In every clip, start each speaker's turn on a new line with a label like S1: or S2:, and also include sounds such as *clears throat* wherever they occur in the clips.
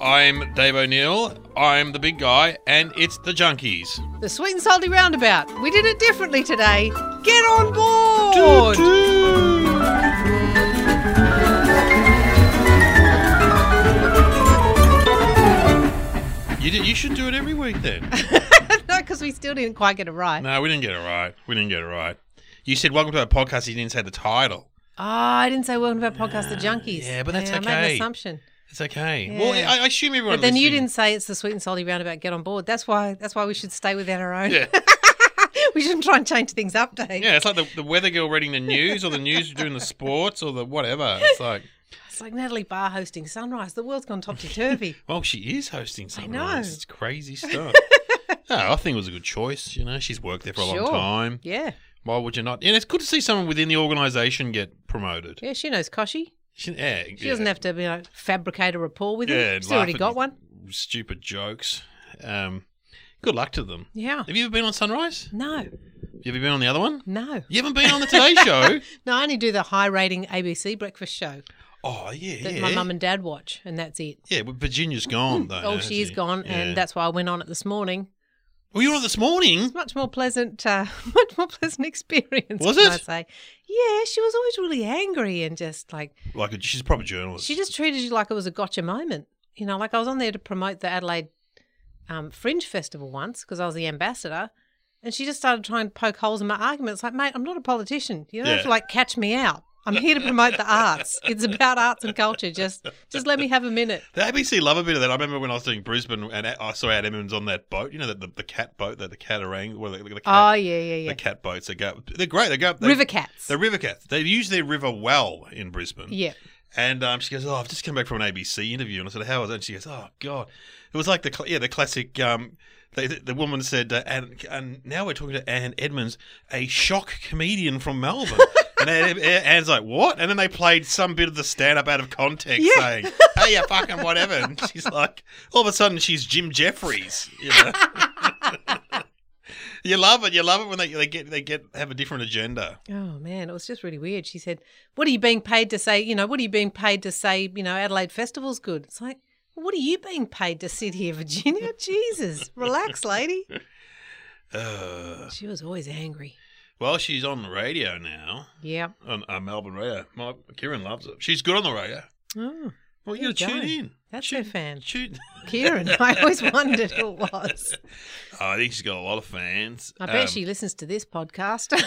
S1: I'm Dave O'Neill. I'm the big guy, and it's the Junkies.
S2: The sweet and salty roundabout. We did it differently today. Get on board.
S1: You, did, you should do it every week then.
S2: *laughs* no, because we still didn't quite get it right.
S1: no, we didn't get it right. We didn't get it right. You said welcome to our podcast. You didn't say the title.
S2: Oh, I didn't say welcome to our podcast, The Junkies.
S1: Yeah, but that's
S2: I made
S1: okay.
S2: an assumption.
S1: It's okay.
S2: Yeah.
S1: Well, I, I assume everyone.
S2: But then you
S1: listening-
S2: didn't say it's the sweet and salty roundabout. Get on board. That's why. That's why we should stay within our own.
S1: Yeah.
S2: *laughs* we shouldn't try and change things up, Dave.
S1: Yeah, it's like the, the weather girl reading the news or the news doing the sports or the whatever. It's like,
S2: It's like Natalie Barr hosting Sunrise. The world's gone topsy turvy.
S1: well, she is hosting something.
S2: know.
S1: It's crazy
S2: *laughs*
S1: stuff. no, I think it was a good choice. You know, she's worked there for *laughs* a
S2: Sure.
S1: long time.
S2: yeah,
S1: Why would you not? And it's good to see someone within the organisation get promoted.
S2: yeah. She knows Koshi.
S1: She, yeah,
S2: She doesn't have to, you know, fabricate a rapport with
S1: Yeah,
S2: him. She's already
S1: laugh at
S2: got one.
S1: stupid jokes. Um, good luck to them.
S2: Yeah.
S1: Have you ever been on Sunrise?
S2: No,
S1: You ever been on the other one?
S2: no,
S1: You haven't been on the Today
S2: *laughs*
S1: Show.
S2: no. I only do the high-rating ABC breakfast show
S1: oh yeah,
S2: that
S1: yeah.
S2: my mum and dad watch, and that's it.
S1: yeah, but Virginia's gone though.
S2: Oh,
S1: hasn't
S2: she is gone,
S1: Yeah.
S2: and that's why I went on it this morning.
S1: Were you on it this morning?
S2: much more pleasant, uh, *laughs* much more pleasant experience.
S1: Was
S2: can I
S1: it?
S2: say, yeah, she was always really angry and just like
S1: Like a, she's a proper journalist.
S2: she just treated you like it was a gotcha moment. You know, like I was on there to promote the Adelaide um, Fringe Festival once because I was the ambassador, and she just started trying to poke holes in my arguments. Like, mate, I'm not a politician. You don't have
S1: Yeah.
S2: to like catch me out. I'm here to promote the arts. It's about arts and culture. Just, just let me have
S1: *laughs*
S2: a minute.
S1: the ABC love a bit of that. I remember when I was doing Brisbane and I saw Ad Emmons on that boat. You know, the, the, the cat boat that the Catarang, well, the, the, cat,
S2: Oh yeah, yeah, yeah.
S1: the cat boats. They go, they're great. They go up. They,
S2: River cats.
S1: The river cats. They use their river well in Brisbane.
S2: yeah.
S1: And um, she goes, "Oh, I've just come back from an ABC interview." And I said, "How was it?" And she goes, "Oh God, it was like the cl- yeah the classic." Um, the, the- the woman said, uh, and, "And now we're talking to Anne Edmonds, a shock comedian from Melbourne." and Anne, Anne's like, "What?" And then they played some bit of the stand up out of context,
S2: Yeah.
S1: saying, "Hey, yeah, fucking whatever." And she's like, all of a sudden, she's Jim Jeffries. You know. *laughs* You love it. You love it when they, they get they get have a different agenda.
S2: Oh man, it was just really weird. She said, "What are you being paid to say? You know, what are you being paid to say? You know, Adelaide Festival's good." It's like, what are you being paid to sit here, Virginia? *laughs* Jesus,
S1: *laughs*
S2: relax, lady.
S1: Uh,
S2: She was always angry.
S1: well, she's on the radio now.
S2: Yeah.
S1: on uh, Melbourne radio. My Kieran loves it. She's good on the radio.
S2: Oh,
S1: Well, you
S2: There
S1: got to
S2: you
S1: tune
S2: go.
S1: in.
S2: that's
S1: tune,
S2: her fan,
S1: Tune.
S2: Kieran. *laughs* I always wondered who it was.
S1: *laughs* Oh, I think she's got a lot of fans.
S2: I bet
S1: Um, *laughs*
S2: she listens to this podcast.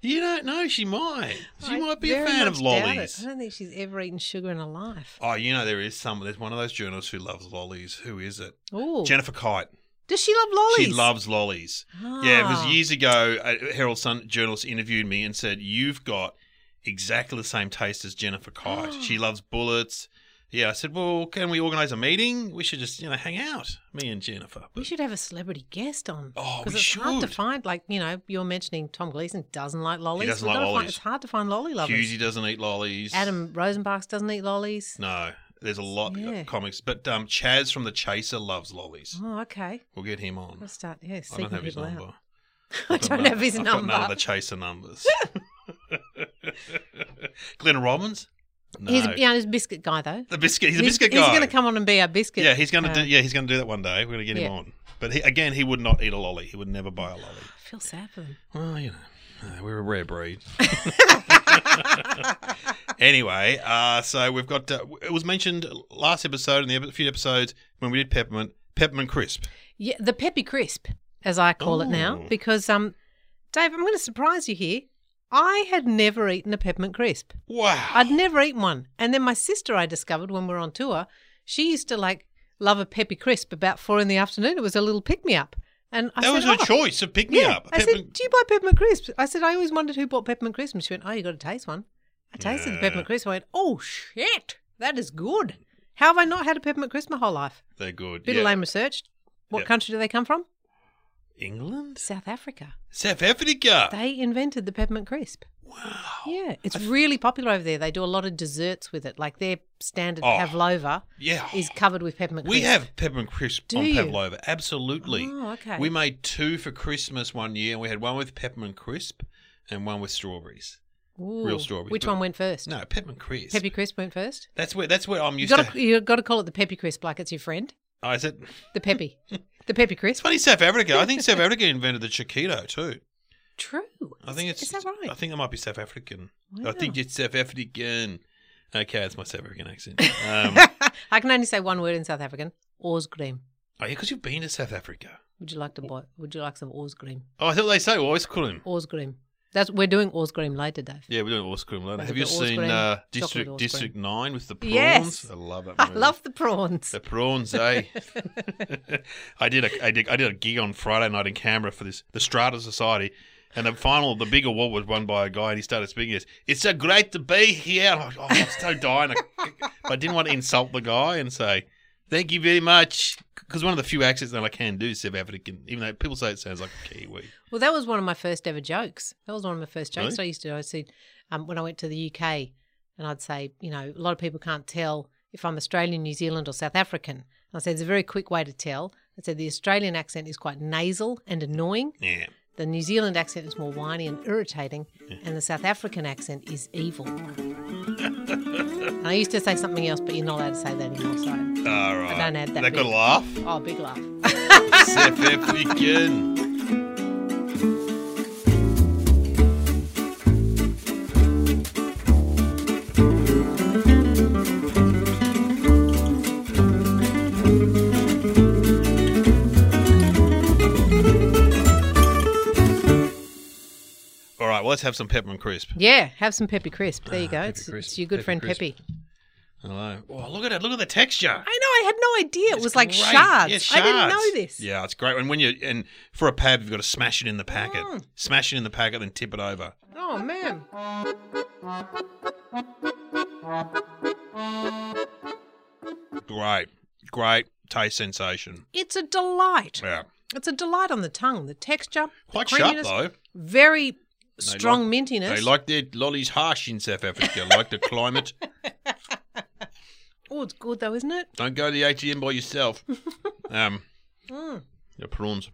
S1: you don't know. She might. *laughs* She
S2: I
S1: might be a
S2: very
S1: fan of
S2: much doubt it.
S1: lollies.
S2: I don't think she's ever eaten sugar in her life.
S1: Oh, you know there is someone. There's one of those journalists who loves lollies. Who is it?
S2: Oh,
S1: Jennifer Kite.
S2: does she love lollies?
S1: She loves lollies. Yeah, it was
S2: Ah.
S1: years ago. A Herald Sun journalist interviewed me
S2: *gasps*
S1: and said, "You've got exactly the same taste as Jennifer Kite. she loves bullets Yeah, I said, well, can we organise a meeting? We should just, you know, hang out, me and Jennifer.
S2: We should have a celebrity guest on.
S1: Oh, we
S2: it's hard to
S1: should.
S2: find. Like you know, you're mentioning Tom Gleason doesn't like lollies.
S1: doesn't
S2: We've
S1: like
S2: gotta find-
S1: lollies.
S2: it's hard to find lolly lovers.
S1: Husey doesn't eat lollies.
S2: Adam Rosenbach doesn't eat lollies.
S1: No, there's a lot
S2: Yeah.
S1: of comics. But um, Chaz from The Chaser loves lollies.
S2: Oh, okay.
S1: We'll get him on.
S2: I'll start. Yeah,
S1: I don't
S2: seeking
S1: have his
S2: people
S1: number.
S2: *laughs* out.
S1: I've
S2: I
S1: got
S2: don't
S1: none-
S2: have his
S1: I've
S2: number.
S1: Got none of the chaser
S2: *laughs*
S1: numbers. *laughs* Glenn Robbins? No.
S2: He's yeah, he's a biscuit guy though.
S1: the biscuit. He's a biscuit
S2: He's
S1: guy.
S2: going to come on and be our biscuit.
S1: yeah, he's going to
S2: uh,
S1: do. Yeah, he's going to do that one day. We're going to get
S2: Yeah.
S1: him on. But he, again, he would not eat a lolly. He would never buy a lolly.
S2: I feel sad for them.
S1: Well, you know, uh, we're a rare
S2: *laughs*
S1: breed. anyway, uh, so we've got. Uh, it was mentioned last episode and the ep- few episodes when we did peppermint peppermint crisp.
S2: Yeah, the peppy crisp, as I call it now,
S1: Ooh.
S2: because um, Dave, I'm going to surprise you here. I had never eaten a peppermint crisp.
S1: Wow.
S2: I'd never eaten one, and then my sister, I discovered when we were on tour, she used to like love a peppy crisp about four in the afternoon. It was a little pick me up, and I
S1: that
S2: said,
S1: was your
S2: "Oh."
S1: choice of pick me
S2: Yeah,
S1: up.
S2: I said,
S1: Peppermint-
S2: "Do you buy peppermint crisps?" I said, "I always wondered who bought peppermint crisps." And she went, "Oh, you got to taste one." I tasted the
S1: Yeah.
S2: peppermint crisp. I went, "Oh shit, that is good." How have I not had a peppermint crisp my whole life?
S1: They're good.
S2: Bit
S1: yeah.
S2: of lame research. What
S1: Yeah.
S2: country do they come from?
S1: England?
S2: South Africa.
S1: South Africa.
S2: They invented the peppermint crisp.
S1: wow.
S2: Yeah, it's really popular over there. They do a lot of desserts with it. Like their standard
S1: Oh.
S2: pavlova
S1: Yeah.
S2: is covered with peppermint
S1: we
S2: crisp.
S1: have peppermint crisp
S2: Do
S1: on
S2: you?
S1: pavlova. Absolutely.
S2: Oh, okay.
S1: We made two for Christmas one year, and we had one with peppermint crisp and one with strawberries.
S2: Ooh.
S1: real strawberries,
S2: Which
S1: but-
S2: one went first?
S1: No, peppermint crisp.
S2: Peppy crisp went first.
S1: that's where that's where I'm
S2: You
S1: used
S2: got
S1: to. Oh,
S2: to you got to call it the peppy crisp like it's your friend.
S1: I said *laughs*
S2: The peppy, the peppy
S1: it's
S2: crisp.
S1: funny South Africa. I think South Africa invented the chiquito too.
S2: True.
S1: I think it's
S2: is that right?
S1: I
S2: *laughs*
S1: think it might be South African.
S2: Wow.
S1: I think it's South African. Okay, that's my South African
S2: *laughs*
S1: accent. Um,
S2: I can only say one word in South African. Oorscream.
S1: oh yeah, because you've been to South Africa.
S2: Would you like to buy? Would you like some oorscream?
S1: Oh, I thought they say always call him.
S2: Oorscream. That's we're doing oorscream later, Dave.
S1: Yeah, we're doing horse cream later.
S2: Is
S1: Have
S2: it
S1: you
S2: the horse
S1: seen uh,
S2: cream? Chocolate
S1: District
S2: horse
S1: District Nine with the prawns?
S2: Yes.
S1: I love that.
S2: *laughs* I
S1: Movie.
S2: love the prawns.
S1: the prawns,
S2: *laughs*
S1: eh? I did a I did I did a gig on Friday night in Canberra for this the Strata Society, and the final the big award was won by a guy, and he started speaking. Yes, it's so great to be here. And I was, oh, I'm so *laughs* dying. I, I didn't want to insult the guy and say. Thank you very much. Because one of the few accents that I can do is South African, even though people say it sounds like a Kiwi.
S2: Well, that was one of my first ever jokes. That was one of my first jokes I used to. do. I said um, when I went to the UK, and I'd say, you know, a lot of people can't tell if I'm Australian, New Zealand, or South African. And I said there's a very quick way to tell. I said the Australian accent is quite nasal and annoying.
S1: Yeah.
S2: The New Zealand accent is more whiny and irritating, and the South African accent is evil. and I used to say something else, but you're not allowed to say that anymore. So,
S1: All right.
S2: don't add that
S1: That got a
S2: bit.
S1: laugh.
S2: oh, big laugh.
S1: South African. All right, well, let's have some peppermint crisp.
S2: yeah, have some peppy crisp. There you go.
S1: Peppy
S2: it's,
S1: Ah, crisp,
S2: it's your good
S1: peppy
S2: friend
S1: crisp.
S2: Peppy.
S1: Hello. Oh, look at it. Look at the texture.
S2: I know. I had no idea. it
S1: It's
S2: was like
S1: great.
S2: shards.
S1: Yeah,
S2: I didn't know
S1: shards.
S2: this.
S1: Yeah, it's great. And when you and for a pab, you've got to smash it in the packet.
S2: Mm.
S1: Smash it in the packet, then tip it over.
S2: Oh man.
S1: Great, great taste sensation.
S2: It's a delight.
S1: Yeah,
S2: It's a delight on the tongue. The texture,
S1: quite
S2: the
S1: sharp
S2: creaminess,
S1: though.
S2: Very strong
S1: like-
S2: mintiness.
S1: They like their lollies harsh in South Africa.
S2: *laughs*
S1: like the climate.
S2: oh, it's good though, isn't it?
S1: Don't go to the ATM by
S2: *laughs*
S1: yourself. Um,
S2: Mm.
S1: the prawns.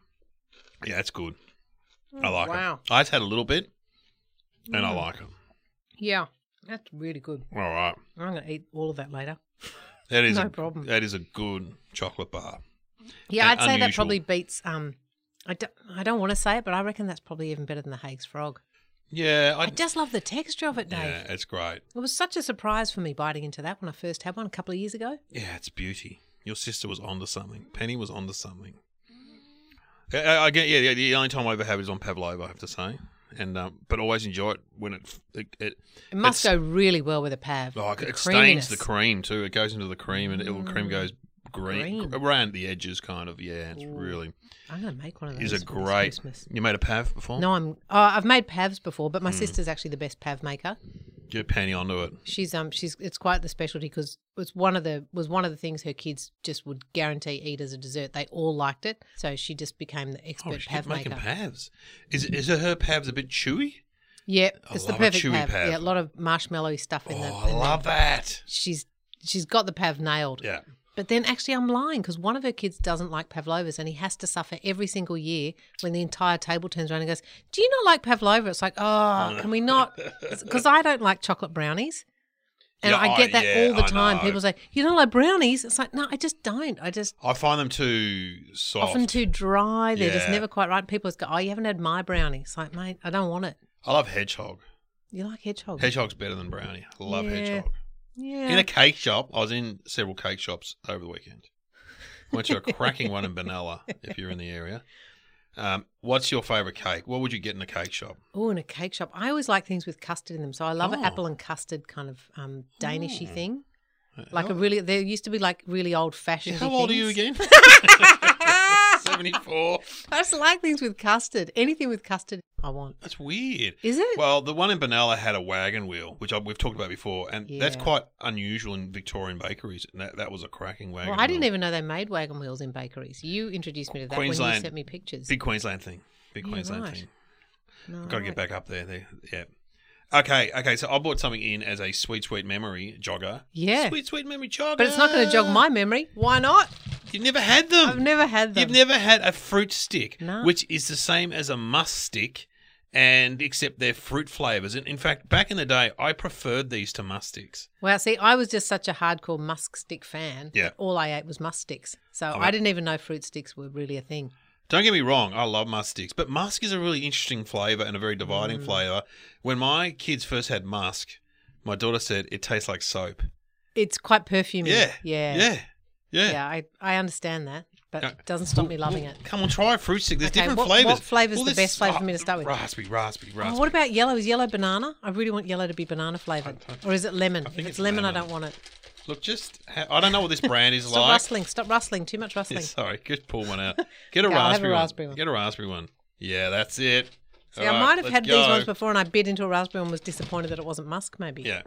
S1: Yeah, it's good. I like
S2: Mm, wow. Mm.
S1: it. I just had a little bit, and I like it.
S2: Yeah, that's really good.
S1: All right,
S2: I'm going to eat all of that later.
S1: that is
S2: No
S1: a,
S2: problem.
S1: That is a good chocolate bar.
S2: Yeah,
S1: And
S2: I'd say that
S1: unusual.
S2: probably beats. Um, I don't, I don't want to say it, but I reckon that's probably even better than the Hague's frog.
S1: Yeah, I,
S2: I just love the texture of it, Dave.
S1: yeah, it's great.
S2: It was such a surprise for me biting into that when I first had one a couple of years ago.
S1: Yeah, it's beauty. Your sister was onto something. Penny was onto something. I, I, I get, yeah, yeah, the only time I ever have is on Pavlova, I have to say, and um, but always enjoy it when it it, it,
S2: It must
S1: It's-
S2: go really well with a pav.
S1: oh,
S2: The
S1: it stains the
S2: creaminess.
S1: cream too. It goes into the cream, and it, the cream goes green,
S2: Green.
S1: around the edges, kind of. Yeah, it's
S2: Ooh.
S1: really
S2: I'm going to make one of those.
S1: is a
S2: for this
S1: great.
S2: Christmas.
S1: You made a pav before? Hmm.
S2: No, I'm. Oh, I've made pavs before, but my sister's actually the best pav maker.
S1: You're panning onto it.
S2: She's um she's it's quite the specialty because it's one of the was one of the things her kids just would guarantee eat as a dessert. They all liked it, so she just became the expert
S1: Oh, she
S2: pav
S1: kept making
S2: maker.
S1: pavs. Is is her pavs a bit chewy?
S2: Yeah,
S1: I
S2: it's the
S1: love a
S2: perfect
S1: chewy
S2: pav.
S1: pav.
S2: Yeah, a lot of marshmallowy stuff in the.
S1: oh, I
S2: in the-
S1: love that.
S2: She's she's got the pav nailed.
S1: Yeah.
S2: But then actually, I'm lying because one of her kids doesn't like pavlovas, and he has to suffer every single year when the entire table turns around and goes, "Do you not like pavlova?" It's like, oh, can
S1: *laughs*
S2: we not? Because I don't like chocolate brownies, and
S1: Yeah,
S2: I
S1: I-
S2: get that
S1: yeah,
S2: all the
S1: I
S2: time.
S1: know.
S2: People say, "You don't like brownies?" It's like, no, I just don't. I just
S1: I find them too soft.
S2: often too dry. They're just
S1: Yeah.
S2: never quite right. People just go, "Oh, you haven't had my brownie." It's like, mate, I don't want it.
S1: I love hedgehog.
S2: You like hedgehog?
S1: Hedgehog's better than brownie. I love
S2: Yeah.
S1: hedgehog.
S2: yeah.
S1: In a cake shop, I was in several cake shops over the weekend. Went to a cracking one in Benalla, if you're in the area. Um, what's your favourite cake? What would you get in a cake shop?
S2: Oh, in a cake shop. I always like things with custard in them. So I love an
S1: Oh.
S2: apple and custard kind of um, Danishy
S1: Mm.
S2: thing. Like
S1: How-
S2: a really, there used to be like really old
S1: Oh. Yeah,
S2: fashioned.
S1: how old are
S2: *laughs*
S1: you again? *laughs* 74.
S2: I just like things with custard. Anything with custard, I want.
S1: That's weird.
S2: Is it?
S1: Well, the one in Benalla had a wagon wheel, which I, we've talked about before, and that's
S2: Yeah.
S1: quite unusual in Victorian bakeries. And that, that was a cracking wagon.
S2: Well, I didn't
S1: wheel.
S2: even know they made wagon wheels in bakeries. You introduced me to that when you
S1: Queensland.
S2: sent me pictures.
S1: Big Queensland thing. Big
S2: Yeah,
S1: Queensland
S2: right.
S1: thing.
S2: No,
S1: Got to
S2: right.
S1: get back up there. There. Yeah. Okay. Okay. So I brought something in as a sweet, sweet memory jogger.
S2: Yeah.
S1: Sweet, sweet memory jogger.
S2: But it's not going to jog my memory. Why not?
S1: You've never had them. *laughs*
S2: I've never had them.
S1: You've never had a fruit stick,
S2: No.
S1: which is the same as a must stick, and except they're fruit flavors. And in fact, back in the day, I preferred these to must sticks.
S2: Well, see, I was just such a hardcore musk stick fan.
S1: Yeah.
S2: that All I ate was musk sticks. So
S1: mean-
S2: I didn't even know fruit sticks were really a thing.
S1: Don't get me wrong, I love must sticks, but musk is a really interesting flavour and a very
S2: Mm.
S1: dividing flavour. When my kids first had musk, my daughter said it tastes like soap.
S2: It's quite perfumey.
S1: Yeah.
S2: Mm. Yeah.
S1: Yeah. Yeah.
S2: Yeah, I, I understand that, but
S1: No.
S2: it doesn't stop me
S1: Well,
S2: loving
S1: well,
S2: it.
S1: Come on, try a fruit stick. There's
S2: Okay,
S1: different
S2: what-
S1: flavours.
S2: what flavour's the
S1: this-
S2: best flavour for
S1: oh,
S2: me to start with?
S1: Raspberry, raspberry, raspberry.
S2: Oh, what about yellow? Is yellow banana? I really want yellow to be banana flavoured.
S1: I don't-
S2: Or is it lemon?
S1: I
S2: If
S1: think
S2: it's,
S1: it's
S2: lemon, I
S1: lemon.
S2: don't want it.
S1: Look, just ha- I don't know what this brand
S2: *laughs*
S1: is
S2: Stop
S1: like.
S2: rustling. Stop rustling. Too much rustling.
S1: Yeah, *laughs* sorry, just pull one
S2: *laughs*
S1: out. Get a, raspberry,
S2: Okay, I'll have a
S1: one.
S2: raspberry one.
S1: Get a raspberry one. Yeah, that's it.
S2: See,
S1: All
S2: I
S1: right,
S2: might have
S1: let's
S2: had these
S1: go.
S2: ones before and I bit into a raspberry and was disappointed that it wasn't musk, maybe.
S1: Yeah.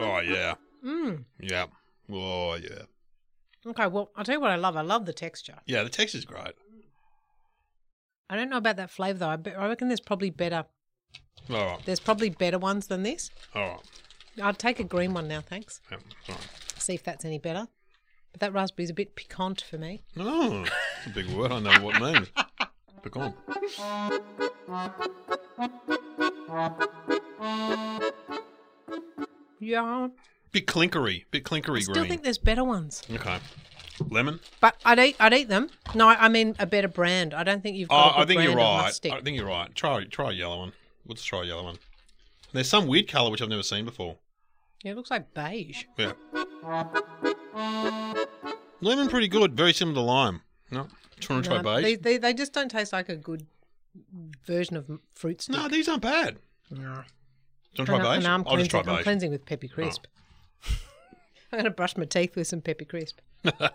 S1: Oh yeah,
S2: Mm.
S1: yeah. Oh yeah,
S2: Okay, well, I'll tell you what I love. I love the texture.
S1: yeah. The texture's great.
S2: I don't know about that flavour, though. I, be- I reckon there's probably better.
S1: All right,
S2: There's probably better ones than this.
S1: all right.
S2: I'll take a green one now, thanks.
S1: Yeah, all right.
S2: See if that's any better. But that raspberry's a bit piquant for me.
S1: Oh, that's a big word. I know what it means. Pecan.
S2: Yeah.
S1: Bit clinkery. Bit
S2: I
S1: clinkery
S2: still
S1: green.
S2: think there's better ones.
S1: okay. Lemon.
S2: But I'd eat, I'd eat them. No, I I mean a better brand. I don't think you've got
S1: Oh,
S2: a good
S1: I think
S2: brand
S1: you're
S2: of
S1: right.
S2: must stick.
S1: I think you're right. Try try a yellow one. Let's try a yellow one. There's some weird color which I've never seen before.
S2: Yeah, it looks like beige.
S1: Yeah. Lemon pretty good. Very similar to lime. No. Trying to
S2: No,
S1: try
S2: Um, They,
S1: beige.
S2: they, they just don't taste like a good version of m- fruit stick.
S1: No, these aren't bad.
S2: No.
S1: Do you want to try
S2: and,
S1: beige?
S2: I, am
S1: I'll just
S2: cleansing,
S1: try
S2: I'm
S1: beige.
S2: cleansing with Peppy Crisp. *laughs* I'm going to brush my teeth with some
S1: *laughs*
S2: Peppy Crisp. what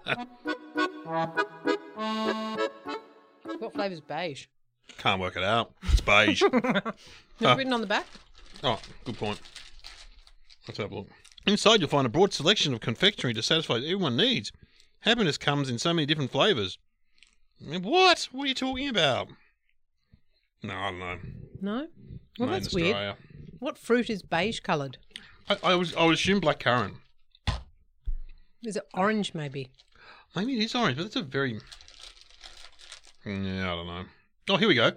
S2: flavour's beige?
S1: Can't work it out. It's
S2: *laughs*
S1: beige.
S2: Is
S1: Huh.
S2: it written on the back?
S1: Oh, good point. Let's have a look. Inside, you'll find a broad selection of confectionery to satisfy everyone's needs. Happiness comes in so many different flavours. What? What are you talking about? No, I don't know.
S2: No?
S1: Made
S2: Well,
S1: in
S2: that's weird.
S1: Australia.
S2: What fruit is beige coloured?
S1: I, I, was, I would assume black currant.
S2: Is it orange, maybe?
S1: Maybe it is orange, but that's a very. Yeah, I don't know. Oh, here we go.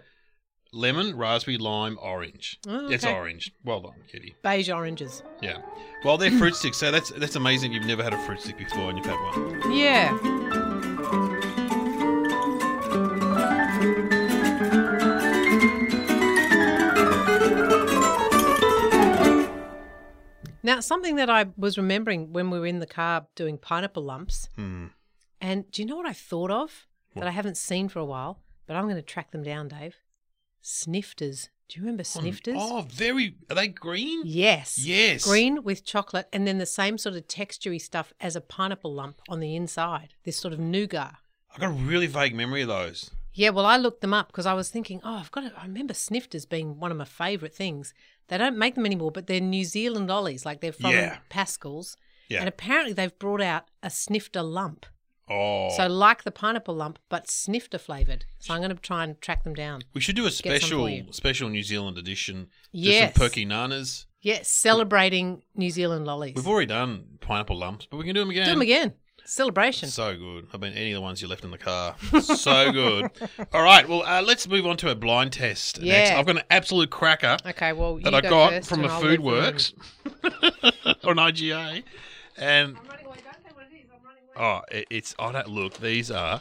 S1: Lemon, raspberry, lime, orange.
S2: Oh,
S1: It's
S2: okay.
S1: orange. Well done, Kitty.
S2: Beige oranges.
S1: Yeah. Well, they're fruit sticks, so that's that's amazing. You've never had a fruit stick before, and you've had one.
S2: Yeah. Now, something that I was remembering when we were in the car doing pineapple lumps,
S1: Hmm.
S2: and do you know what I thought of
S1: What?
S2: that I haven't seen for a while, but I'm going to track them down, Dave? Snifters. Do you remember snifters?
S1: Oh, very. Are they green?
S2: Yes.
S1: Yes.
S2: Green with chocolate, and then the same sort of textury stuff as a pineapple lump on the inside. This sort of nougat.
S1: I got a really vague memory of those.
S2: Yeah, well, I looked them up because I was thinking, oh, I've got to, I remember snifters being one of my favourite things. They don't make them anymore, but they're New Zealand lollies, like they're from
S1: Yeah.
S2: Pascal's.
S1: Yeah.
S2: And apparently they've brought out a snifter lump.
S1: Oh,
S2: So, like the pineapple lump, but snifter flavoured. So, I'm going to try and track them down.
S1: we should do a
S2: some for
S1: special
S2: you.
S1: special New Zealand edition.
S2: Yes.
S1: Just some perky nanas.
S2: Yeah, celebrating New Zealand lollies.
S1: We've already done pineapple lumps, but we can do them again.
S2: Do them again. Celebration.
S1: So good. I've been eating the ones you left in the car. So
S2: *laughs*
S1: good. All right. Well, uh, let's move on to a blind test next.
S2: Yeah.
S1: I've got an absolute cracker
S2: okay, well,
S1: that
S2: you
S1: I
S2: go
S1: got
S2: first
S1: from the
S2: and I'll leave
S1: Food
S2: them
S1: Works *laughs* on IGA, and
S2: in.
S1: oh, it, it's I don't look. These are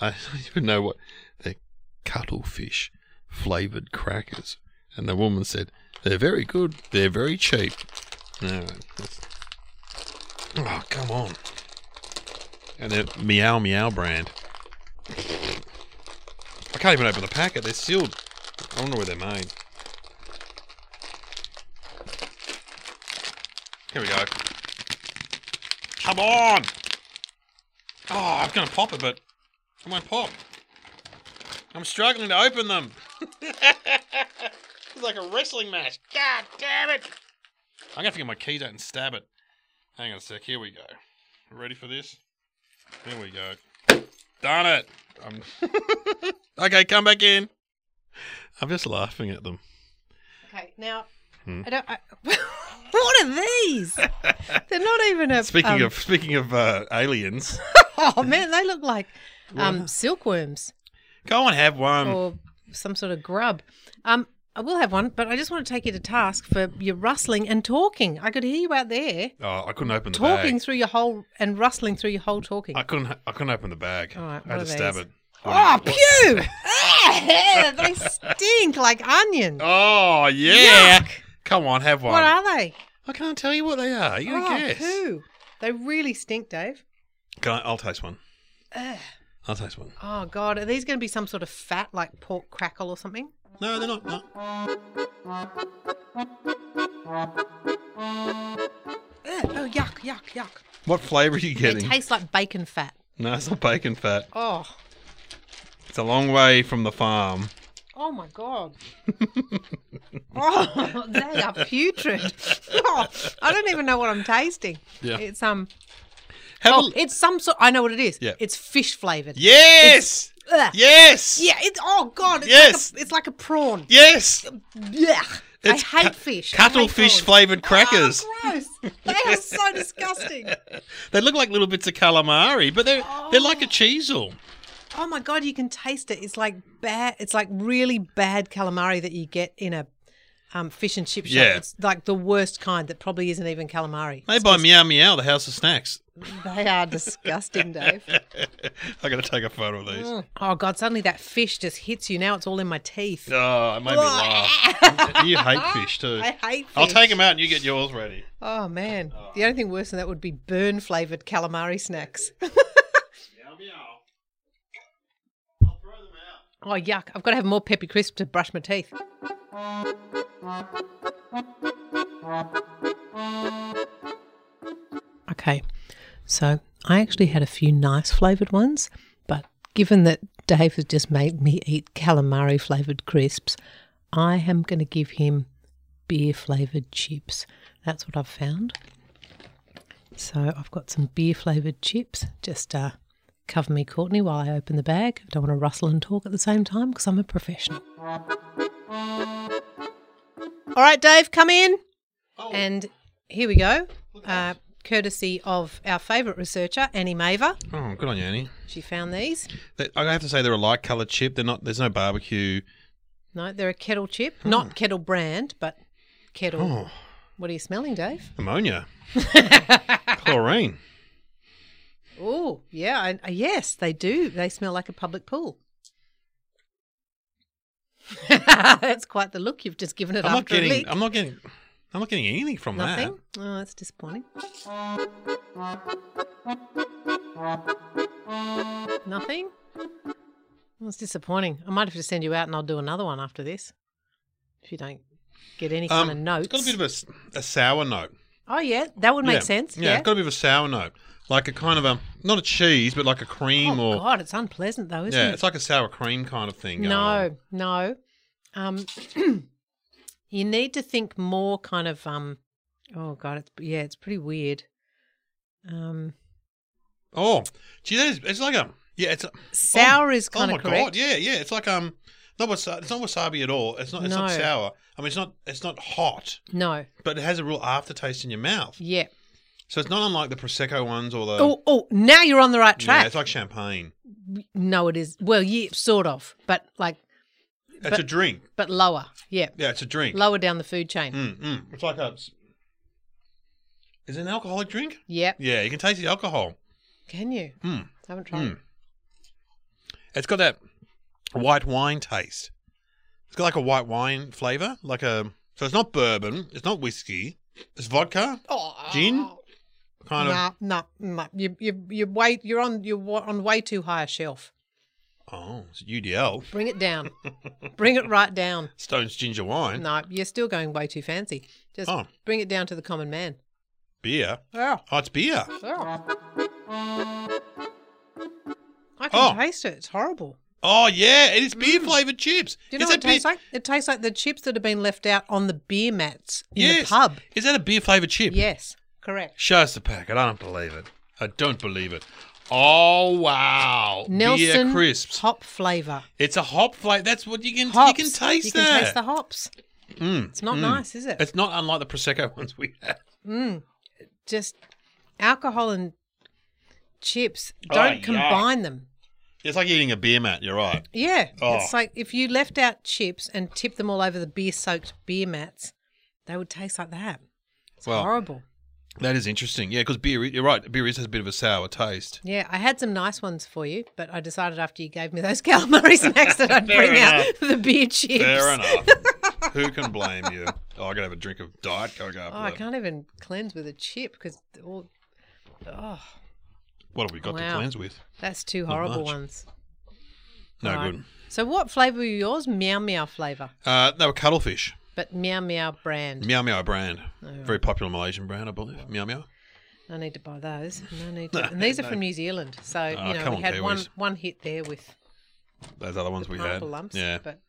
S1: I *laughs* don't even know what they're cuttlefish flavored crackers, and the woman said they're very good. They're very cheap. No, that's- oh come on, and they're meow meow brand. I can't even open the packet. They're sealed. I wonder where they're made. Here we go. Come on! Oh, I'm gonna pop it, but it won't pop. I'm struggling to open them. *laughs* it's like a wrestling match. God damn it! I'm gonna have to get my keys out and stab it. Hang on a sec. Here we go. Ready for this? Here we go. Darn it! *laughs* I'm... okay, come back in. I'm just laughing at them.
S2: Okay, now
S1: Hmm.
S2: I don't. I, *laughs* what are these? *laughs* They're not even a.
S1: Speaking
S2: um,
S1: of speaking of uh, aliens,
S2: *laughs* oh man, they look like um,
S1: Wow.
S2: silkworms
S1: go and have one.
S2: or some sort of grub. Um, I will have one, but I just want to take you to task for your rustling and talking. I could hear you out there
S1: Oh, I couldn't open the
S2: talking
S1: bag.
S2: through your whole and rustling through your whole talking.
S1: I couldn't. I couldn't open the bag.
S2: All right,
S1: I had
S2: what
S1: to
S2: are
S1: stab
S2: these?
S1: it.
S2: oh,
S1: *laughs*
S2: pew! Ah, *laughs* they stink like onion.
S1: Oh yeah! Come on, have one.
S2: What are they?
S1: I can't tell you what they are. You
S2: oh,
S1: gonna guess?
S2: poo. They really stink, Dave.
S1: Can I, I'll taste one.
S2: Ugh.
S1: I'll taste one.
S2: Oh God, are these going to be some sort of fat like pork crackle or something?
S1: No, they're not. No.
S2: Ugh, oh yuck, yuck, yuck!
S1: What flavour are you
S2: They
S1: getting?
S2: taste like bacon fat.
S1: no, it's not bacon fat.
S2: Oh,
S1: It's a long way from the farm.
S2: oh my God! oh, *laughs* they are putrid. *laughs* Oh, I don't even know what I'm tasting.
S1: Yeah.
S2: It's um,
S1: Have
S2: oh,
S1: a,
S2: it's some sort. I know what it is.
S1: Yeah.
S2: It's fish flavored.
S1: yes,
S2: Ugh.
S1: yes,
S2: Yeah. It's oh God. It's
S1: Yes.
S2: Like a, it's like a prawn.
S1: yes.
S2: Yeah. I
S1: It's
S2: hate
S1: cut-
S2: fish. I hate
S1: Cuttlefish
S2: prawns.
S1: flavoured crackers.
S2: Oh, gross. They are so disgusting.
S1: They look like little bits of calamari, but they're they're like a cheesel.
S2: Oh my god, you can taste it. It's like bad. It's like really bad calamari that you get in a um, fish and chip shop.
S1: Yeah.
S2: It's like the worst kind that probably isn't even calamari.
S1: Made by Meow Meow, the house of snacks.
S2: *laughs*
S1: *laughs*
S2: They are disgusting, Dave.
S1: I gotta take a photo of these.
S2: Mm. Oh god, suddenly that fish just hits you. Now it's all in my teeth.
S1: Oh, it made me
S2: *laughs*
S1: laugh. you hate fish too.
S2: I hate. Fish.
S1: I'll take them out and you get yours ready.
S2: Oh man, the only thing worse than that would be burn flavored calamari snacks.
S1: Meow meow. I'll throw them out.
S2: Oh yuck! I've got to have more peppy crisp to brush my teeth. Okay, so I actually had a few nice flavored ones, but given that Dave has just made me eat calamari flavored crisps, I am going to give him beer flavored chips. That's what I've found. So I've got some beer flavoured chips. Just uh, cover me, Courtney, while I open the bag. I don't want to rustle and talk at the same time because I'm a professional. All right, Dave, come in.
S1: Oh.
S2: And here we go. Uh, courtesy of our favourite researcher, Annie Maver.
S1: Oh, good on you, Annie.
S2: She found these.
S1: They- I have to say they're a light coloured chip. They're not. There's no barbecue.
S2: No, they're a kettle chip. Not kettle brand, but kettle.
S1: Hmm. Oh,
S2: What are you smelling, Dave? *laughs*
S1: ammonia, chlorine.
S2: Oh, yeah. I, I- yes, they do. They smell like a public pool. *laughs* That's quite the look you've just given it
S1: I'm not
S2: after a
S1: getting.
S2: leak.
S1: I'm not getting. I'm not getting anything from
S2: Nothing? Oh, that's disappointing. Nothing? That's disappointing. I might have to send you out and I'll do another one after this if you don't get any
S1: that.
S2: kind of notes.
S1: It's got a bit of a s- a, sour note.
S2: oh, yeah. That would make
S1: Yeah.
S2: sense.
S1: Yeah,
S2: Yeah.
S1: it's got a bit of a sour note. like a kind of a not a cheese, but like a cream
S2: oh
S1: or
S2: God, it's unpleasant though, isn't
S1: yeah,
S2: it?
S1: it's like a sour cream kind of thing. going on.
S2: No, no. Um, *clears throat* you need to think more kind of um. Oh god, it's yeah, it's pretty weird. Um,
S1: Oh, gee, that is, it's like a yeah, it's a,
S2: sour is
S1: oh
S2: kind
S1: my
S2: of correct.
S1: god, yeah, yeah, it's like um, not wasa- it's not wasabi at all. It's not it's not
S2: No.
S1: sour. I mean, it's not it's not hot,
S2: No,
S1: but it has a real aftertaste in your mouth.
S2: yeah.
S1: So it's not unlike the prosecco ones or the
S2: oh, oh, now you're on the right
S1: yeah,
S2: track.
S1: it's like champagne.
S2: no, it is. Well, yeah, sort of, but like,
S1: It's
S2: But-
S1: a drink.
S2: but lower. Yeah,
S1: Yeah, it's a drink.
S2: lower down the food chain.
S1: Mm, mm. It's like a. Is it an alcoholic drink?
S2: Yep.
S1: Yeah, you can taste the alcohol.
S2: Can you?
S1: Mm,
S2: haven't tried.
S1: mm.
S2: it.
S1: It's got that white wine taste. It's got like a white wine flavour, like a. So it's not bourbon. It's not whiskey. It's vodka,
S2: Oh,
S1: Gin? kind of.
S2: Nah, nah, nah. You, you, you wait. You're on. You're wa- on way too high a shelf.
S1: Oh, it's UDL.
S2: Bring
S1: *laughs*
S2: it down. Bring it right down.
S1: Stone's ginger wine.
S2: No, you're still going way too fancy. Just
S1: Oh.
S2: bring it down to the common man.
S1: Beer.
S2: Yeah.
S1: Oh, it's beer.
S2: I can
S1: Oh.
S2: taste it. It's horrible.
S1: Oh, yeah. It is beer flavoured chips.
S2: Mm. Do you know
S1: is
S2: what it
S1: that beer-
S2: tastes like? It tastes like the chips that have been left out on the beer mats in
S1: yes.
S2: the pub.
S1: Is that a beer flavoured chip?
S2: Yes, correct.
S1: Show us the packet. I don't believe it. I don't believe it. Oh wow!
S2: Nelson
S1: Beer crisps.
S2: hop flavour.
S1: It's a hop flavor. That's what you can
S2: Hops.
S1: you can taste
S2: You can
S1: that. Mm.
S2: taste the hops. it's not nice, is it?
S1: It's not unlike the prosecco *laughs* ones we had.
S2: Just alcohol and chips.
S1: Oh,
S2: Don't
S1: yuck.
S2: combine them.
S1: It's like eating a beer mat. You're right.
S2: Yeah.
S1: Oh.
S2: It's like if you left out chips and tipped them all over the beer soaked beer mats, they would taste like that. It's
S1: Well-
S2: horrible.
S1: That is interesting. Yeah, because beer. You're right. Beer is has a bit of a sour taste.
S2: Yeah, I had some nice ones for you, but I decided after you gave me those *laughs* calamari snacks that I'd
S1: Fair
S2: bring
S1: enough.
S2: out *laughs* the beer chips.
S1: Fair enough.
S2: *laughs*
S1: Who can blame you? Oh, I gotta have a drink of diet coke after
S2: Oh, I
S1: that.
S2: can't even cleanse with a chip because all. Oh,
S1: What have we got to
S2: Wow.
S1: cleanse with?
S2: that's two
S1: Not
S2: horrible
S1: much.
S2: ones.
S1: No
S2: Right.
S1: good.
S2: So, what flavour were yours? Meow meow flavour,
S1: Uh, they were cuttlefish.
S2: but meow meow brand.
S1: Meow meow brand.
S2: Oh,
S1: Very popular Malaysian brand, I believe. Meow meow.
S2: No need to
S1: *laughs*
S2: buy those. No need to. and these are from New Zealand, so you know
S1: Ah, come
S2: we
S1: on,
S2: had one
S1: Kiwis.
S2: one hit there with
S1: Those other ones we had.
S2: pineapple lumps.
S1: yeah.
S2: but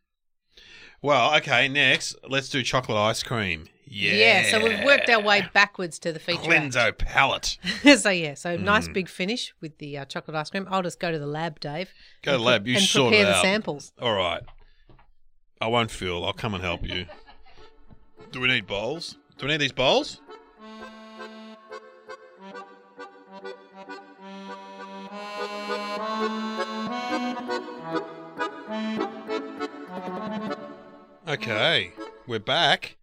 S1: Well, okay, next, let's do chocolate ice cream. Yeah.
S2: yeah. So we've worked our way backwards to the feature.
S1: Cleanso palette.
S2: *laughs* so yeah, so nice
S1: Mm.
S2: big finish with the uh, chocolate ice cream. I'll just go to the lab, Dave.
S1: Go to
S2: and
S1: the
S2: pre-
S1: lab. You
S2: *laughs* and
S1: sort
S2: prepare
S1: it
S2: the
S1: out.
S2: samples.
S1: All right. I won't feel. I'll come and help you. do we need bowls? Do we need these bowls? Okay, we're back,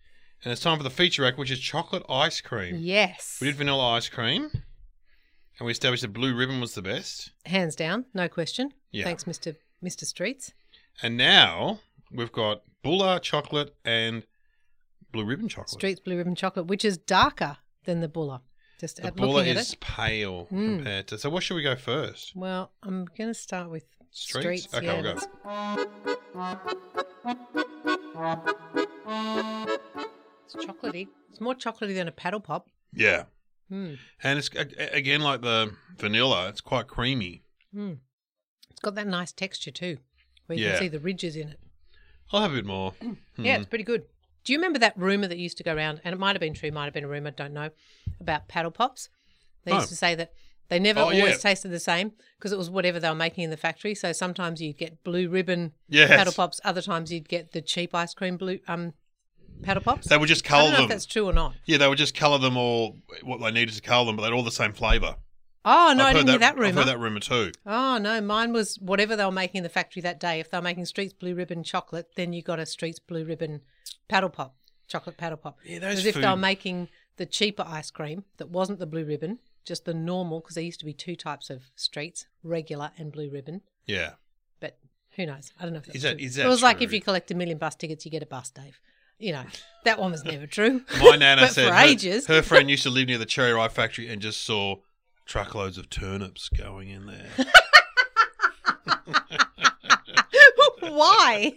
S1: and it's time for the feature act, which is chocolate ice cream.
S2: Yes,
S1: We did vanilla ice cream, and we established that blue ribbon was the best.
S2: hands down, no question.
S1: Yeah.
S2: Thanks, Mister Mister Streets.
S1: And now we've got Bulla chocolate and blue ribbon chocolate.
S2: Streets Blue Ribbon Chocolate, which is darker than the Bulla. Just
S1: the
S2: at
S1: Bulla
S2: looking at
S1: is
S2: it. Hmm.
S1: pale compared to. So what should we go first?
S2: Well, I'm gonna start with
S1: Streets?
S2: Streets.
S1: Okay,
S2: yeah,
S1: we'll go.
S2: let's- It's chocolatey. It's more chocolatey than a paddle pop.
S1: Yeah,
S2: Mm.
S1: and it's a- a- again like the vanilla. It's quite creamy.
S2: Mm. It's got that nice texture too, where you
S1: Yeah.
S2: can see the ridges in it.
S1: I'll have a bit more.
S2: Yeah,
S1: Mm.
S2: it's pretty good. Do you remember that rumor that used to go around? And it might have been true, might have been a rumor, don't know, about paddle pops. They
S1: Oh.
S2: used to say that they never
S1: Oh,
S2: always
S1: yeah.
S2: tasted the same because it was whatever they were making in the factory. So sometimes you'd get blue ribbon
S1: Yes.
S2: paddle pops, other times you'd get the cheap ice cream blue um paddle pops.
S1: They would just
S2: I don't
S1: colour
S2: know
S1: them.
S2: if that's true or not.
S1: Yeah, they would just colour them all what they needed to colour them, but they're all the same flavour.
S2: Oh no, I
S1: I've heard
S2: didn't hear that
S1: I've
S2: rumor.
S1: heard that rumour too.
S2: Oh no, mine was whatever they were making in the factory that day. If they were making Streets Blue Ribbon chocolate, then you got a Streets Blue Ribbon paddle pop, chocolate paddle pop.
S1: Yeah, those
S2: As if they were
S1: food-
S2: making the cheaper ice cream that wasn't the blue ribbon, just the normal, because there used to be two types of Streets, regular and blue ribbon.
S1: Yeah.
S2: But who knows? I don't know if that's
S1: Is that-
S2: true.
S1: is
S2: it
S1: that
S2: was like if
S1: true?
S2: you collect a million bus tickets, you get a bus, Dave.
S1: *laughs*
S2: You know, that one was never true.
S1: My nana
S2: but
S1: said
S2: for
S1: her,
S2: ages.
S1: her friend used to live near the cherry rye factory and just saw truckloads of turnips going in there.
S2: *laughs* Why?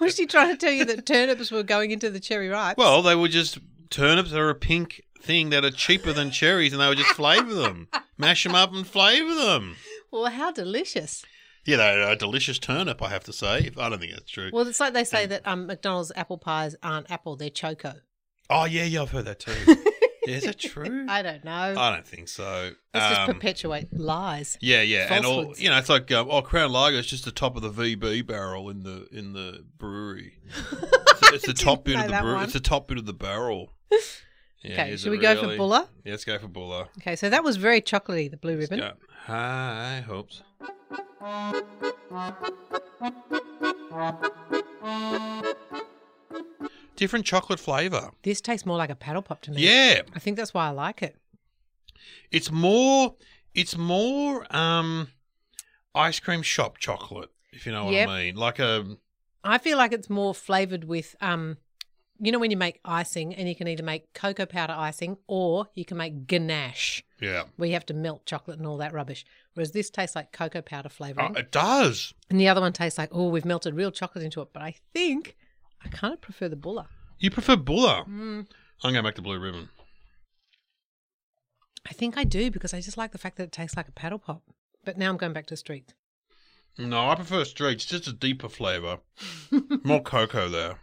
S2: Was she trying to tell you that turnips were going into the cherry ripe?
S1: well,
S2: *laughs*
S1: they were just turnips are a pink thing that are cheaper than cherries, and they would just flavour them. mash them up and flavour them.
S2: Well, how delicious.
S1: Yeah, they're a delicious turnip, I have to say. I don't think that's true.
S2: Well, it's like they say that um, McDonald's apple pies aren't apple, they're choco.
S1: oh, yeah, yeah, I've heard that
S2: *laughs*
S1: too. yeah, is that true? I,
S2: I don't know.
S1: don't think so.
S2: Let's just
S1: Um,
S2: perpetuate lies.
S1: Yeah, yeah, and all
S2: Falsehoods.
S1: you know, it's like um, oh, Crown Lager is just the top of the VB barrel in the in the brewery. It's,
S2: *laughs*
S1: it's the top bit
S2: know
S1: of the
S2: that
S1: brew-
S2: one.
S1: it's the top bit of the barrel.
S2: *laughs*
S1: Yeah,
S2: okay,
S1: is
S2: should
S1: it
S2: we go for
S1: really?
S2: Buller?
S1: Yeah, let's go for Buller.
S2: Okay, so that was very chocolatey, the blue ribbon.
S1: Yeah. High hopes. Different chocolate flavour.
S2: This tastes more like a paddle pop to me.
S1: Yeah.
S2: I think that's why I like it.
S1: It's more it's more um ice cream shop chocolate, if you know what
S2: Yep.
S1: I mean. Like um, a
S2: I feel like it's more flavored with, um, you know, when you make icing and you can either make cocoa powder icing or you can make ganache
S1: yeah.
S2: where you have to melt chocolate and all that rubbish. Whereas this tastes like cocoa powder
S1: Oh,
S2: flavoring.
S1: it does.
S2: and the other one tastes like, oh, we've melted real chocolate into it. But I think I kind of prefer the buller.
S1: You prefer Buller.
S2: Mm,
S1: I'm going back to Blue Ribbon.
S2: I think I do because I just like the fact that it tastes like a paddle pop. But now I'm going back to street.
S1: No, I prefer Streets. Just a deeper flavour. More cocoa there.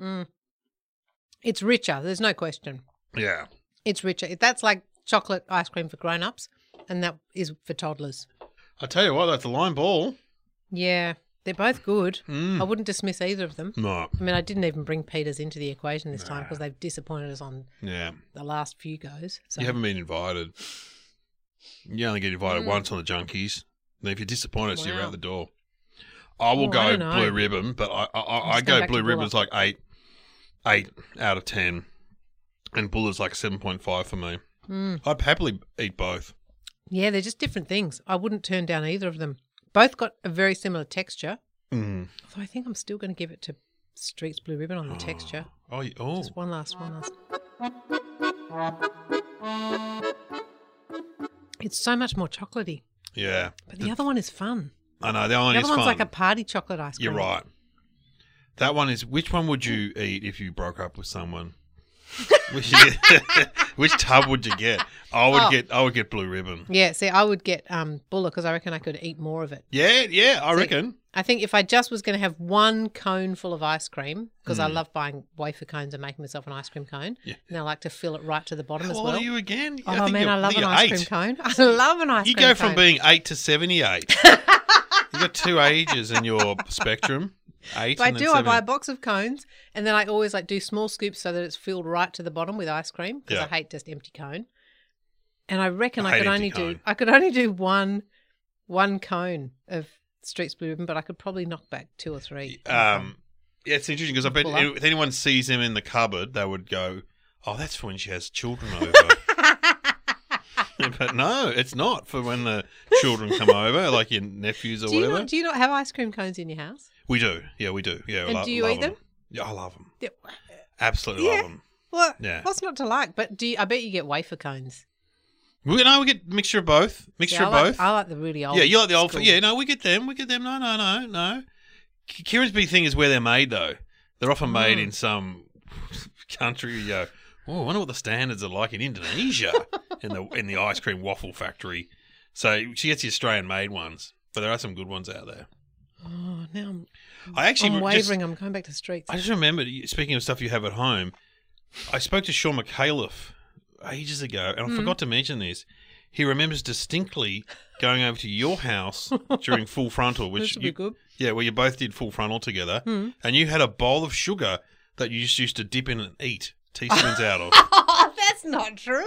S2: Mm. It's richer. There's no question.
S1: Yeah.
S2: It's richer. That's like chocolate ice cream for grown ups, and that is for toddlers.
S1: I tell you what, that's a line ball.
S2: Yeah, they're both good. I
S1: Mm.
S2: wouldn't dismiss either of them.
S1: No.
S2: I mean, I didn't even bring Peters into the equation this time because they've disappointed us on
S1: Yeah.
S2: the last few goes. So
S1: You haven't been invited. You only get invited once on the junkies. And if you're disappointed, so you're
S2: Mm. Wow.
S1: out the door. I will
S2: Oh, I
S1: go
S2: don't know.
S1: Blue Ribbon, but I I, I, I
S2: just going
S1: go
S2: back to
S1: Blue Ribbon's
S2: Buller.
S1: like eight, eight out of ten, and Buller's like seven point five for me.
S2: Mm.
S1: I'd happily eat both.
S2: yeah, they're just different things. I wouldn't turn down either of them. Both got a very similar texture,
S1: Mm.
S2: although I think I'm still going to give it to Streets Blue Ribbon on the texture.
S1: Oh, you- oh.
S2: Just one last, one last. It's so much more chocolatey,
S1: yeah.
S2: but the other one is fun.
S1: I know. The other one
S2: The
S1: is
S2: other
S1: fun.
S2: one's like a party chocolate ice cream.
S1: You're right. That one is which one would you eat if you broke up with
S2: *laughs*
S1: someone? which, *laughs* which tub would you get? I would
S2: Oh.
S1: get I would get blue ribbon.
S2: Yeah, see, I would get um, Buller because I reckon I could eat more of it.
S1: Yeah, yeah, I
S2: See,
S1: reckon.
S2: I think if I just was going to have one cone full of ice cream, because I love buying wafer cones and making myself an ice cream cone,
S1: Hmm. Yeah.
S2: and I like to fill it right to the bottom
S1: How
S2: as
S1: old
S2: well.
S1: are you again?
S2: oh
S1: think
S2: man,
S1: you're-
S2: I love
S1: think
S2: an
S1: you're
S2: ice
S1: eight.
S2: cream cone. *laughs* I love an ice
S1: You
S2: cream
S1: go from
S2: cone.
S1: being eight to
S2: *laughs*
S1: seventy-eight. you got two ages in your spectrum. Eight.
S2: If I
S1: and then
S2: do, I buy a
S1: 70.
S2: box of cones, and then I always like do small scoops so that it's filled right to the bottom with ice cream because
S1: Yeah.
S2: I hate just empty cone. And I reckon
S1: I
S2: I,
S1: hate
S2: could
S1: empty
S2: only do
S1: cone.
S2: I could only do one one cone of Streets Blue Ribbon, but I could probably knock back two or three.
S1: Um, yeah, it's interesting because I bet
S2: Pull up.
S1: if anyone sees him in the cupboard, they would go, "Oh, that's for when she has children over." um,
S2: *laughs*
S1: but no, it's not for when the children come over, like your nephews or
S2: do you
S1: whatever.
S2: not do you not have ice cream cones in your house?
S1: we do, yeah, we do, yeah. we
S2: And
S1: lo-
S2: do you
S1: love
S2: eat them?
S1: Yeah, I love them.
S2: Yeah.
S1: Absolutely
S2: Yeah.
S1: love them.
S2: Well,
S1: Yeah.
S2: what's not to like? But do you, I bet you get wafer cones?
S1: We no, we get mixture of both,
S2: Yeah,
S1: mixture
S2: I
S1: of
S2: like,
S1: both.
S2: I like the really old.
S1: yeah, you like the old.
S2: school.
S1: Yeah, no, we get them. We get them. No, no, no, no. K- Kieran's big thing is where they're made, though. They're often made
S2: Mm.
S1: in some *laughs* country. You go, oh, I wonder what the standards are like in
S2: *laughs*
S1: Indonesia in the in the ice cream waffle factory. So she gets the Australian made ones, but there are some good ones out there.
S2: Oh, now I'm,
S1: I actually
S2: I'm
S1: re- just-
S2: wavering. I'm going back to streets.
S1: I just remembered. Speaking of stuff you have at home, I spoke to Sean McAuliffe ages ago,
S2: Hmm.
S1: and I forgot to mention this. He remembers distinctly going over to your house
S2: *laughs*
S1: during Full Frontal, which
S2: this would be
S1: you, *laughs*
S2: good.
S1: yeah, where you both did Full Frontal together,
S2: Mm.
S1: and you had a bowl of sugar that you just used to dip in and eat teaspoons out of.
S2: *laughs* Oh, that's not true.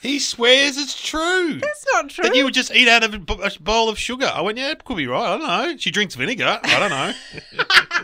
S1: He swears it's true.
S2: That's not true.
S1: That you would just eat out of a b- a bowl of sugar. I went, yeah, it could be right. I don't know. She drinks vinegar. I don't
S2: *laughs*
S1: know. *laughs*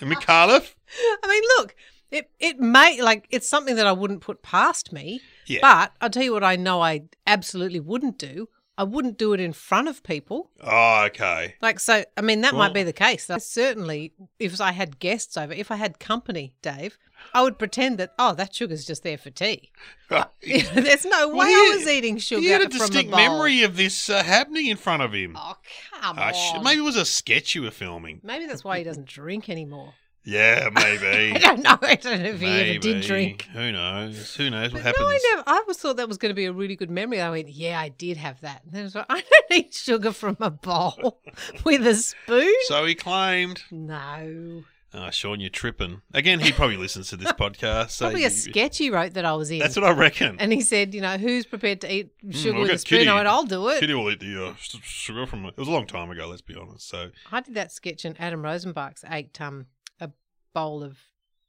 S1: and McAuliffe?
S2: I mean, look, it it may like it's something that I wouldn't put past me.
S1: Yeah.
S2: But I'll tell you what I know I absolutely wouldn't do. I wouldn't do it in front of people.
S1: Oh,
S2: *laughs*
S1: okay.
S2: Like so, I mean, that
S1: Well-
S2: might be the case. I certainly, if I had guests over, if I had company, Dave, I would pretend that oh, that sugar's just there for tea. *laughs* You know, there's no way
S1: you-
S2: I was eating sugar
S1: He had a
S2: from
S1: distinct
S2: bowl.
S1: memory of this uh, happening in front of him.
S2: Oh come
S1: I
S2: on!
S1: sh- maybe
S2: maybe
S1: it was a sketch you were filming. *laughs*
S2: that's why he doesn't drink anymore. *laughs*
S1: Yeah,
S2: I
S1: maybe.
S2: don't know. I don't know if he ever
S1: Maybe.
S2: did drink.
S1: Who knows? Who knows what
S2: But No,
S1: happens?
S2: I never. I always thought that was going to be a really good memory. I went, yeah, I did have that. And then I was like, *laughs* I don't need sugar from a bowl *laughs* with a spoon.
S1: So he claimed.
S2: No.
S1: Ah, Sean, you're tripping. Again, he probably listens
S2: *laughs*
S1: to this podcast. So
S2: Probably
S1: you-
S2: a sketch he wrote that I was in.
S1: That's what I reckon.
S2: and he said, you know, who's prepared to eat sugar
S1: I'll
S2: with a
S1: get
S2: spoon?
S1: Kitty.
S2: I went, I'll do it.
S1: Kitty will eat the uh, s- sugar from it. It was a long time ago, let's be honest. So
S2: I did that sketch, and Adam Rosenbach's ate um, a bowl of,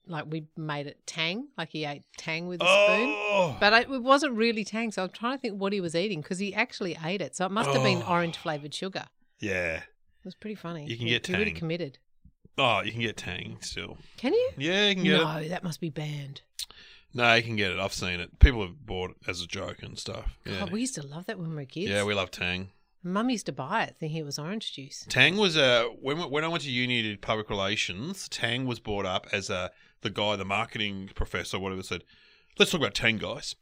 S2: like, we made it tang, like he ate tang with a spoon.
S1: oh,
S2: But I, it wasn't really tang, so I'm trying to think what he was eating because he actually ate it. So it must have been
S1: Oh.
S2: orange flavored sugar.
S1: yeah.
S2: It was pretty funny.
S1: You can
S2: He-
S1: get
S2: he really
S1: Tang.
S2: committed.
S1: Oh, you can get Tang still.
S2: Can you?
S1: Yeah, you can get it.
S2: No, that must be banned.
S1: No, you can get it. I've seen it. People have bought it as a joke and stuff. Yeah,
S2: God, we used to love that when we were kids.
S1: yeah, we love Tang.
S2: Mum used to buy it thinking it was orange juice.
S1: Tang was a when when I went to uni to do public relations. Tang was brought up as a the guy, the marketing professor, whatever said. Let's talk about Tang,
S2: *laughs*
S1: guys.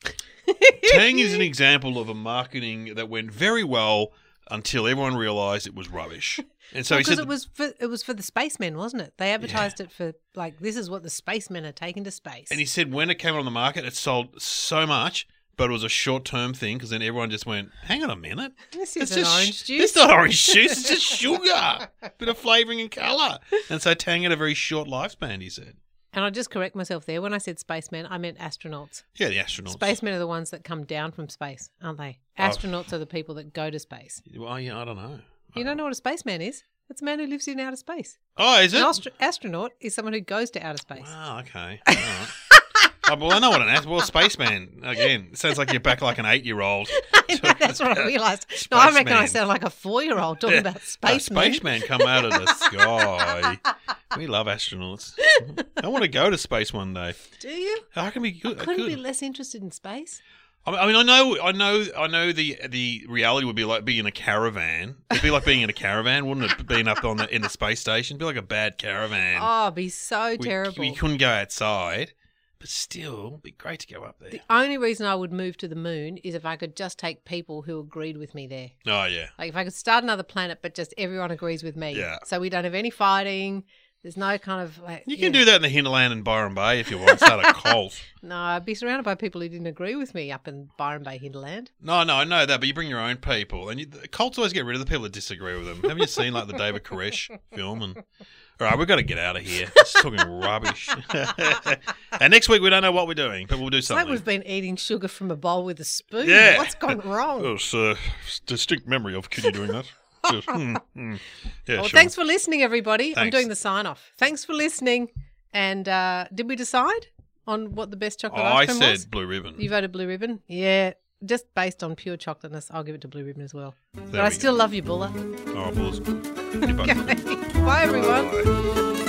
S1: Tang is an example of a marketing that went very well until everyone realised it was rubbish. And so he
S2: Because
S1: said,
S2: it was for it was for the spacemen, wasn't it? They advertised it for like this is what the spacemen are taking to space.
S1: and he said when it came on the market, it sold so much, but it was a short term thing because then everyone just went, "Hang on a minute,
S2: this is an orange juice.
S1: It's not orange juice. It's
S2: *laughs*
S1: just sugar, bit of flavouring and colour." And so Tang had a very short lifespan. He said,
S2: And I'll just correct myself there. When I said spacemen, I meant astronauts.
S1: "Yeah, the astronauts." Oh.
S2: Spacemen are the ones that come down from space, aren't they? Astronauts are the people that go to space.
S1: Well, yeah, I don't know.
S2: You don't know what a spaceman is? It's a man who lives in outer space.
S1: Oh, is it?
S2: An astro- astronaut is someone who goes to outer space.
S1: Wow. Okay. All right. oh, well, I know what an ast- well spaceman again. it Sounds like you're back like an eight-year-old.
S2: That's what *laughs* I realised. No, I reckon I
S1: Spaceman.
S2: sound like a four-year-old talking about
S1: A
S2: spaceman.
S1: spaceman come out of the sky. We love astronauts. I want to go to space one day. Oh,
S2: Do you?
S1: I can be good. I
S2: Couldn't
S1: could.
S2: be less interested in space.
S1: I mean- I mean, I know, I know, I know. The the reality would be like being in a caravan. It'd be like being in a caravan, wouldn't it? Being up on the in the space station, It'd be like a bad caravan.
S2: *laughs* Oh, it'd be so
S1: we,
S2: terrible.
S1: We couldn't go outside, but still, it'd be great to go up there.
S2: the only reason I would move to the moon is if I could just take people who agreed with me there.
S1: oh yeah,
S2: Like if I could start another planet, but just everyone agrees with me.
S1: Yeah.
S2: So we don't have any fighting. There's no kind of like
S1: you can do that in the hinterland in Byron Bay if you want. Start
S2: *laughs*
S1: a cult.
S2: No, I'd be surrounded by people who didn't agree with me up in Byron Bay hinterland.
S1: No, no, I know that, but you bring your own people, and you, the cults always get rid of the people that disagree with them. Haven't you seen like the David Koresh film? And all right, we've got to get out of here. It's talking
S2: *laughs*
S1: rubbish. and next week we don't know what we're doing, but we'll do
S2: It's like
S1: something.
S2: we've been eating sugar from a bowl with a spoon.
S1: Yeah. *laughs*
S2: What's gone wrong?
S1: Oh, it's a distinct memory of Kitty doing that. Just, hmm, hmm. Yeah,
S2: well,
S1: sure.
S2: thanks for listening, everybody. I'm
S1: Thanks.
S2: doing the sign off. Thanks for listening. And uh, did we decide on what the best chocolate
S1: Oh, I
S2: ice cream
S1: said
S2: was?
S1: blue ribbon.
S2: You voted blue ribbon. Yeah, just based on pure chocolateness, I'll give it to blue ribbon as well.
S1: There
S2: but I
S1: we go.
S2: still love you, Bulla. *laughs*
S1: Oh, balls. Goodbye.
S2: Bye, everyone.
S1: Bye.